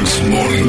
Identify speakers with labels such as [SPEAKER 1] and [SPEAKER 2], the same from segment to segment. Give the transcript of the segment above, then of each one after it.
[SPEAKER 1] morning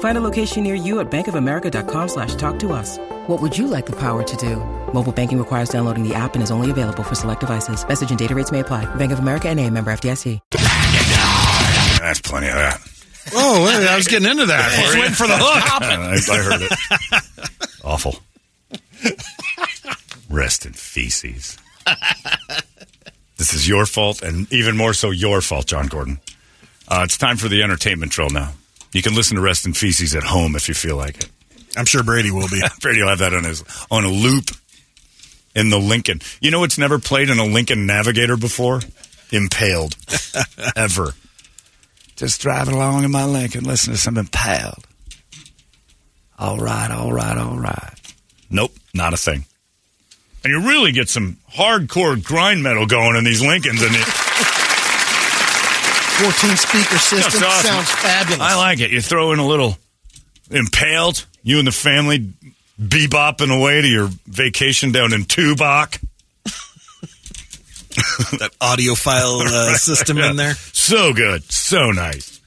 [SPEAKER 2] Find a location near you at bankofamerica.com slash talk to us. What would you like the power to do? Mobile banking requires downloading the app and is only available for select devices. Message and data rates may apply. Bank of America and a member FDIC.
[SPEAKER 1] That's plenty of that.
[SPEAKER 3] Oh, wait, I was getting into that. Just went for the hook.
[SPEAKER 1] I, I heard it. Awful. Rest in feces. This is your fault, and even more so your fault, John Gordon. Uh, it's time for the entertainment drill now. You can listen to Rest in Feces at home if you feel like it.
[SPEAKER 3] I'm sure Brady will be.
[SPEAKER 1] Brady will have that on his on a loop in the Lincoln. You know it's never played in a Lincoln Navigator before? Impaled. Ever. Just driving along in my Lincoln, listening to some impaled. All right, all right, all right. Nope, not a thing. And you really get some hardcore grind metal going in these Lincolns, and it,
[SPEAKER 3] 14 speaker system.
[SPEAKER 1] That's awesome.
[SPEAKER 3] Sounds fabulous.
[SPEAKER 1] I like it. You throw in a little impaled, you and the family bebopping away to your vacation down in Tubac.
[SPEAKER 4] that audio file uh, system in there.
[SPEAKER 1] So good. So nice.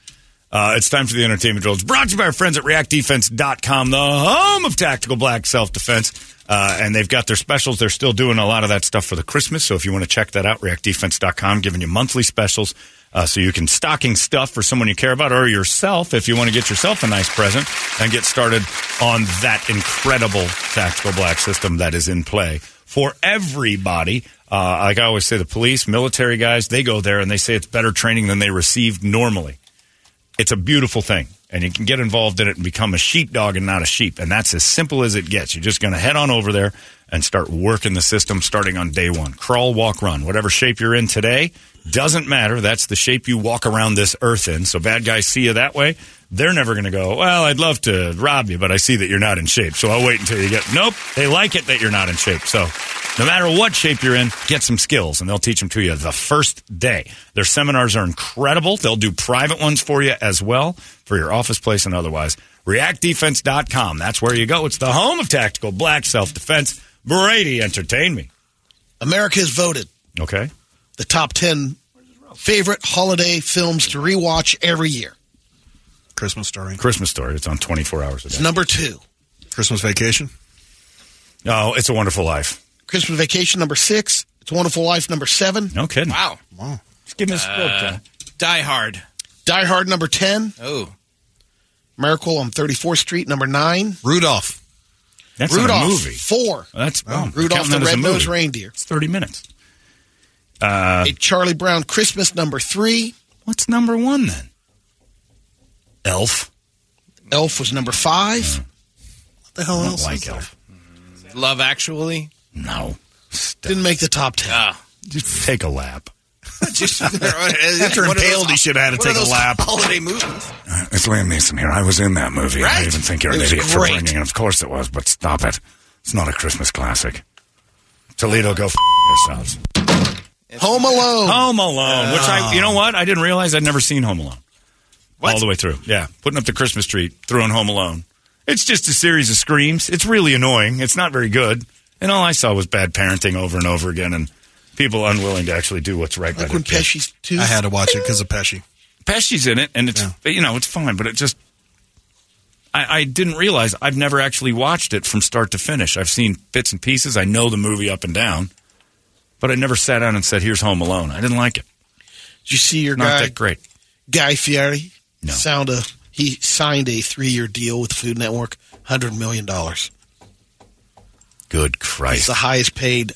[SPEAKER 1] Uh, it's time for the entertainment drill. It's brought to you by our friends at reactdefense.com, the home of tactical black self defense. Uh, and they've got their specials. They're still doing a lot of that stuff for the Christmas. So if you want to check that out, reactdefense.com, giving you monthly specials. Uh, so you can stocking stuff for someone you care about or yourself if you want to get yourself a nice present and get started on that incredible tactical black system that is in play for everybody. Uh, like I always say, the police, military guys, they go there and they say it's better training than they received normally. It's a beautiful thing. And you can get involved in it and become a sheepdog and not a sheep. And that's as simple as it gets. You're just going to head on over there and start working the system starting on day one. Crawl, walk, run. Whatever shape you're in today doesn't matter. That's the shape you walk around this earth in. So bad guys see you that way. They're never going to go, well, I'd love to rob you, but I see that you're not in shape. So I'll wait until you get. Nope. They like it that you're not in shape. So no matter what shape you're in, get some skills and they'll teach them to you the first day. Their seminars are incredible. They'll do private ones for you as well for your office place and otherwise. ReactDefense.com. That's where you go. It's the home of tactical black self defense. Brady, entertain me.
[SPEAKER 5] America has voted
[SPEAKER 1] Okay.
[SPEAKER 5] the top 10 favorite holiday films to rewatch every year.
[SPEAKER 3] Christmas story.
[SPEAKER 1] Christmas story. It's on 24 hours a day.
[SPEAKER 5] Number two,
[SPEAKER 3] Christmas vacation.
[SPEAKER 1] Oh, it's a wonderful life.
[SPEAKER 5] Christmas Vacation. Number six, It's a Wonderful Life. Number seven,
[SPEAKER 1] No kidding.
[SPEAKER 4] Wow.
[SPEAKER 1] Just give me a script. John.
[SPEAKER 4] Die Hard.
[SPEAKER 5] Die Hard. Number 10,
[SPEAKER 4] Oh.
[SPEAKER 5] Miracle on 34th Street. Number nine,
[SPEAKER 3] Rudolph.
[SPEAKER 1] That's not
[SPEAKER 5] Rudolph.
[SPEAKER 1] a movie.
[SPEAKER 5] Four,
[SPEAKER 1] That's well, I'm
[SPEAKER 5] Rudolph
[SPEAKER 1] counting
[SPEAKER 5] the
[SPEAKER 1] that as a
[SPEAKER 5] Red-Nosed
[SPEAKER 1] movie. Uh,
[SPEAKER 5] Reindeer.
[SPEAKER 1] It's 30 minutes.
[SPEAKER 5] A Charlie Brown Christmas. Number three,
[SPEAKER 1] What's number one then? Elf.
[SPEAKER 5] Elf was number five.
[SPEAKER 1] Uh,
[SPEAKER 3] What
[SPEAKER 4] Oh,
[SPEAKER 3] the hell
[SPEAKER 1] I
[SPEAKER 3] else?
[SPEAKER 1] don't like
[SPEAKER 3] is there?
[SPEAKER 1] Elf.
[SPEAKER 4] Love Actually.
[SPEAKER 1] No.
[SPEAKER 5] Didn't make the top 10.
[SPEAKER 1] Just take a lap.
[SPEAKER 4] After
[SPEAKER 3] impaled, he should have had to take a lap.
[SPEAKER 4] Holiday movies.
[SPEAKER 1] It's Liam Neeson here. I was in that movie. I
[SPEAKER 4] Right?
[SPEAKER 1] even think you're an
[SPEAKER 4] It was
[SPEAKER 1] idiot for
[SPEAKER 4] great.
[SPEAKER 1] bringing it. Of course it was, but stop it. It's not a Christmas classic. Toledo, go f- yourselves.
[SPEAKER 5] Home Alone.
[SPEAKER 1] Home Alone, which I, you know what? I didn't realize I'd never seen Home Alone. All the way through. Yeah. Putting up the Christmas tree, throwing Home Alone. It's just a series of screams. It's really annoying. It's not very good. And all I saw was bad parenting over and over again and people unwilling to actually do what's right
[SPEAKER 5] Like
[SPEAKER 1] by
[SPEAKER 5] when
[SPEAKER 1] their kids.
[SPEAKER 5] Pesci's two.
[SPEAKER 3] I had to watch it because of Pesci.
[SPEAKER 1] Pesci's in it, and it's you know it's fine, but it just I, I didn't realize I've never actually watched it from start to finish. I've seen bits and pieces. I know the movie up and down, but I never sat down and said, "Here's Home Alone." I didn't like it.
[SPEAKER 5] Did you see your
[SPEAKER 1] Not
[SPEAKER 5] guy,
[SPEAKER 1] that great.
[SPEAKER 5] Guy Fieri?
[SPEAKER 1] No.
[SPEAKER 5] Sound a, he signed a three-year deal with Food Network, $100 million.
[SPEAKER 1] Good
[SPEAKER 5] He's
[SPEAKER 1] Christ!
[SPEAKER 5] the highest paid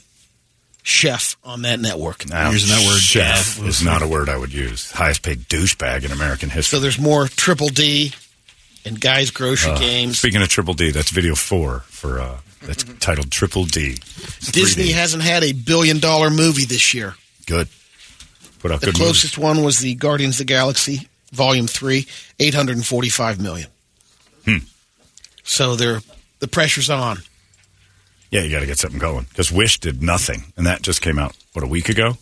[SPEAKER 5] chef on that network.
[SPEAKER 1] Now,
[SPEAKER 3] Using that word,
[SPEAKER 1] chef
[SPEAKER 3] Jeff,
[SPEAKER 1] is not a word I would use. Highest paid douchebag in American
[SPEAKER 5] So
[SPEAKER 1] history.
[SPEAKER 5] there's more Triple D and Guy's Grocery
[SPEAKER 1] Uh,
[SPEAKER 5] Games. Mm-hmm.
[SPEAKER 1] Speaking of Triple D, that's video four for uh, that's titled Triple D. It's
[SPEAKER 5] Disney
[SPEAKER 1] 3D.
[SPEAKER 5] hasn't had a billion-dollar movie this year.
[SPEAKER 1] good. Put out
[SPEAKER 5] The
[SPEAKER 1] good movies.
[SPEAKER 5] closest one was the Guardians of the Galaxy Volume Three, eight hundred and
[SPEAKER 1] Hmm.
[SPEAKER 5] forty-five million. So they're the pressure's on.
[SPEAKER 1] Yeah, you got to get something going because Wish did nothing, and that just came out what a week ago.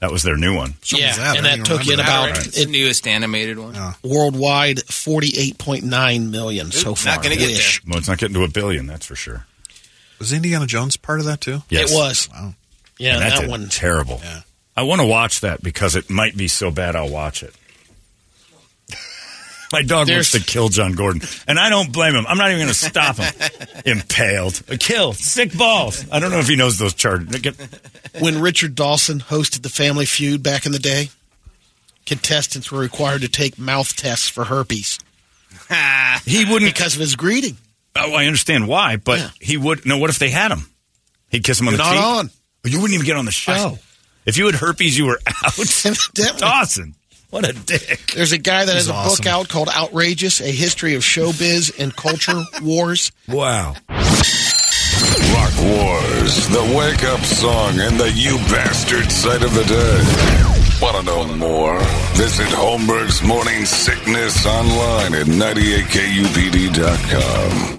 [SPEAKER 1] That was their new one.
[SPEAKER 5] Something was that.
[SPEAKER 6] and that
[SPEAKER 5] I don't
[SPEAKER 6] took you in
[SPEAKER 5] remember
[SPEAKER 6] about
[SPEAKER 4] Alright, it's
[SPEAKER 6] it-
[SPEAKER 4] the newest animated one.
[SPEAKER 1] Oh.
[SPEAKER 5] worldwide 48.9 million so
[SPEAKER 4] Not
[SPEAKER 5] far.
[SPEAKER 4] gonna get
[SPEAKER 5] Wish.
[SPEAKER 1] Well, it's not getting to a billion, that's for sure.
[SPEAKER 3] Was Indiana Jones part of that too?
[SPEAKER 1] Yes.
[SPEAKER 5] It was.
[SPEAKER 3] Wow.
[SPEAKER 5] Yeah,
[SPEAKER 1] And that,
[SPEAKER 5] that
[SPEAKER 1] did
[SPEAKER 5] one.
[SPEAKER 1] terrible. I want to watch that because it might be so bad I'll watch it. My dog
[SPEAKER 6] There's-
[SPEAKER 1] wants to kill John Gordon, and I don't blame him. I'm not even going to stop him. Impaled, a kill, sick balls. I don't know if he knows those charges. Get-
[SPEAKER 5] When Richard Dawson hosted the Family Feud back in the day, contestants were required to take mouth tests for herpes
[SPEAKER 1] He wouldn't.
[SPEAKER 5] because of his greeting.
[SPEAKER 1] Oh, I understand why, but
[SPEAKER 5] Yeah.
[SPEAKER 1] he would. No, what if they had him? He'd kiss him on
[SPEAKER 5] You're
[SPEAKER 1] the
[SPEAKER 5] not
[SPEAKER 1] cheek.
[SPEAKER 5] on.
[SPEAKER 1] You wouldn't even get on the show. if you had herpes, you were out.
[SPEAKER 5] Evidently.
[SPEAKER 1] Dawson, what a dick.
[SPEAKER 5] There's a guy that has a
[SPEAKER 3] awesome.
[SPEAKER 5] book out called Outrageous, A History of Showbiz and Culture Wars.
[SPEAKER 1] Wow.
[SPEAKER 7] Rock Wars, the wake up song, and the you bastard sight of the day. Want to know more? Visit Holmberg's Morning Sickness online at 98kupd.com.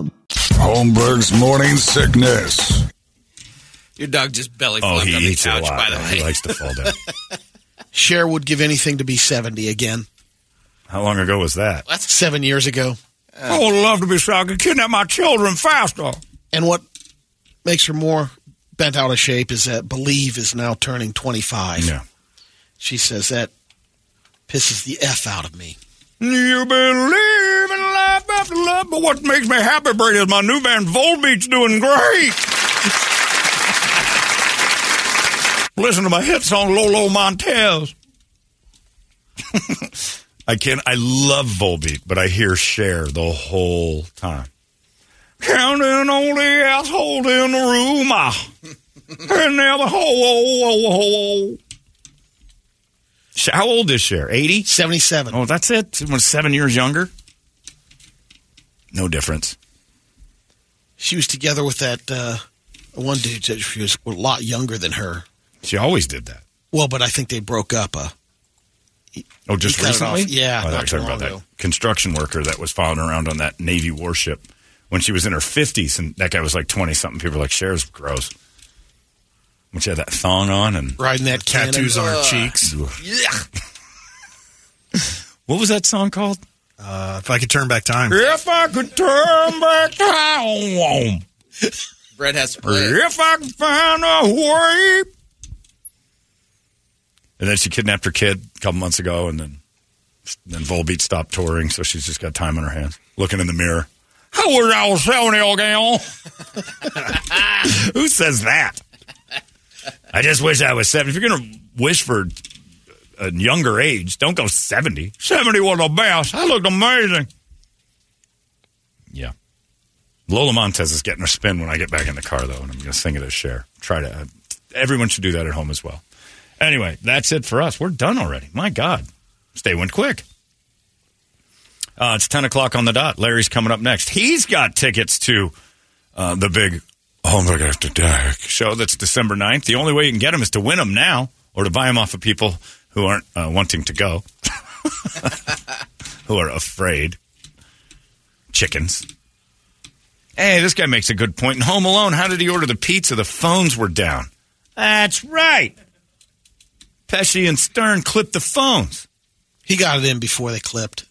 [SPEAKER 7] Holmberg's Morning Sickness.
[SPEAKER 4] Your dog just belly
[SPEAKER 1] Oh,
[SPEAKER 4] flopped
[SPEAKER 1] he
[SPEAKER 4] on the
[SPEAKER 1] eats
[SPEAKER 4] couch.
[SPEAKER 1] a lot.
[SPEAKER 4] By the
[SPEAKER 1] man.
[SPEAKER 4] way,
[SPEAKER 1] He likes to fall down.
[SPEAKER 5] Cher would give anything to be 70 again,
[SPEAKER 1] How long ago was that?
[SPEAKER 5] seven years ago.
[SPEAKER 4] Oh,
[SPEAKER 1] I would love to be so I could kidnap my children faster.
[SPEAKER 5] And what makes her more bent out of shape is that Believe is now turning 25.
[SPEAKER 1] Yeah.
[SPEAKER 5] She says that pisses the F out of me.
[SPEAKER 1] You believe in life after love, but what makes me happy, Brady, is my new band Volbeat's doing great. Listen to my hit song Lolo Montez. I can I love Volbeat, but I hear Cher the whole time. Counting on the asshole in the room. ah. And now the ho ho ho ho. Sh- How old is Cher? 80?
[SPEAKER 5] 77.
[SPEAKER 1] Oh, that's it. Someone's seven years younger. No difference.
[SPEAKER 5] She was together with that uh, one dude that she was a lot younger than her.
[SPEAKER 1] She always did that.
[SPEAKER 5] Well, but I think they broke up. Uh,
[SPEAKER 1] Oh, just
[SPEAKER 5] He cut it off.
[SPEAKER 1] recently?
[SPEAKER 5] Yeah,
[SPEAKER 1] Oh, I thought you
[SPEAKER 5] not
[SPEAKER 1] were
[SPEAKER 5] too
[SPEAKER 1] talking about
[SPEAKER 5] long
[SPEAKER 1] that
[SPEAKER 5] ago.
[SPEAKER 1] construction worker that was following around on that Navy warship when she was in her fifties, and that guy was like twenty something. People were like, "Cher's gross." When she had that thong on and
[SPEAKER 5] riding that cannon.
[SPEAKER 3] Tattoos on her cheeks.
[SPEAKER 1] what was that song called?
[SPEAKER 3] Uh, if I could turn back time,
[SPEAKER 1] If I could turn back time,
[SPEAKER 4] Brett has to play. it.
[SPEAKER 1] if I could find a way. And then she kidnapped her kid a couple months ago, and then then Volbeat stopped touring, so she's just got time on her hands, looking in the mirror. How was I was selling the old gal? Who says that? I just wish I was seventy. If you're gonna wish for a younger age, don't go seventy. Seventy was the best. I looked amazing. Yeah. Lola Montez is getting her spin when I get back in the car, though, and I'm going to sing it as share. Try to. Uh, everyone should do that at home as well. Anyway, that's it for us. We're done already. My God, this day went quick. Uh, it's ten o'clock on the dot. Larry's coming up next. He's got tickets to uh, the big Homework After Dark show that's December 9th. The only way you can get them is to win them now, or to buy them off of people who aren't uh, wanting to go, who are afraid. Chickens. Hey, this guy makes a good point. In Home Alone, how did he order the pizza? The phones were down. That's right. Pesci and Stern clipped the phones.
[SPEAKER 5] He got it in before they clipped.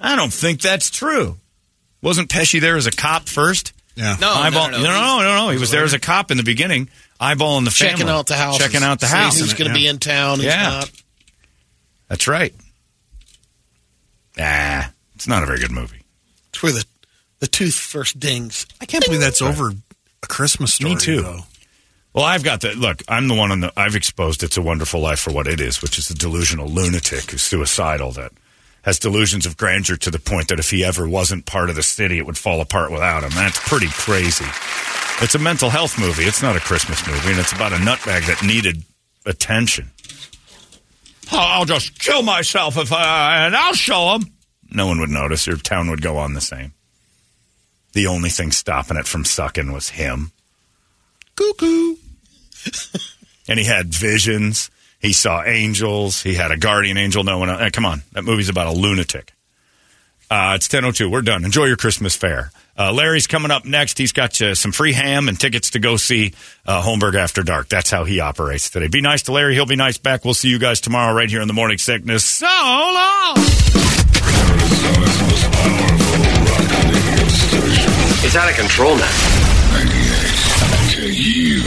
[SPEAKER 1] I don't think that's true. Wasn't Pesci there as a cop first?
[SPEAKER 3] yeah,
[SPEAKER 4] No,
[SPEAKER 1] Eyeball-
[SPEAKER 4] no, no,
[SPEAKER 1] no, no, no, no. He was there as
[SPEAKER 3] later.
[SPEAKER 1] a cop in the beginning, eyeballing the
[SPEAKER 5] Checking
[SPEAKER 1] family.
[SPEAKER 5] out the house.
[SPEAKER 1] checking out the house.
[SPEAKER 5] Who's going to be in town? Who's
[SPEAKER 1] Yeah.
[SPEAKER 5] not.
[SPEAKER 1] That's right. Ah, it's not a very good movie.
[SPEAKER 5] It's where the, the tooth first dings.
[SPEAKER 3] I can't believe that's over a Christmas story.
[SPEAKER 1] Me too.
[SPEAKER 3] Though.
[SPEAKER 1] Well, I've got the look. I'm the one on the. I've exposed "It's a Wonderful Life" for what it is, which is a delusional lunatic who's suicidal that has delusions of grandeur to the point that if he ever wasn't part of the city, it would fall apart without him. That's pretty crazy. It's a mental health movie. It's not a Christmas movie, and it's about a nutbag that needed attention. Oh, I'll just kill myself if I, and I'll show them. No one would notice. Your town would go on the same. The only thing stopping it from sucking was him. Cuckoo. and he had visions. He saw angels. He had a guardian angel. No one. Else. eh, come on, that movie's about a lunatic. Uh, it's ten oh two. We're done. Enjoy your Christmas fair. Uh, Larry's coming up next. He's got you some free ham and tickets to go see uh, Holmberg After Dark. That's how he operates today. Be nice to Larry. He'll be nice back. We'll see you guys tomorrow right here in the morning sickness. So long.
[SPEAKER 6] It's out of control now.
[SPEAKER 7] K U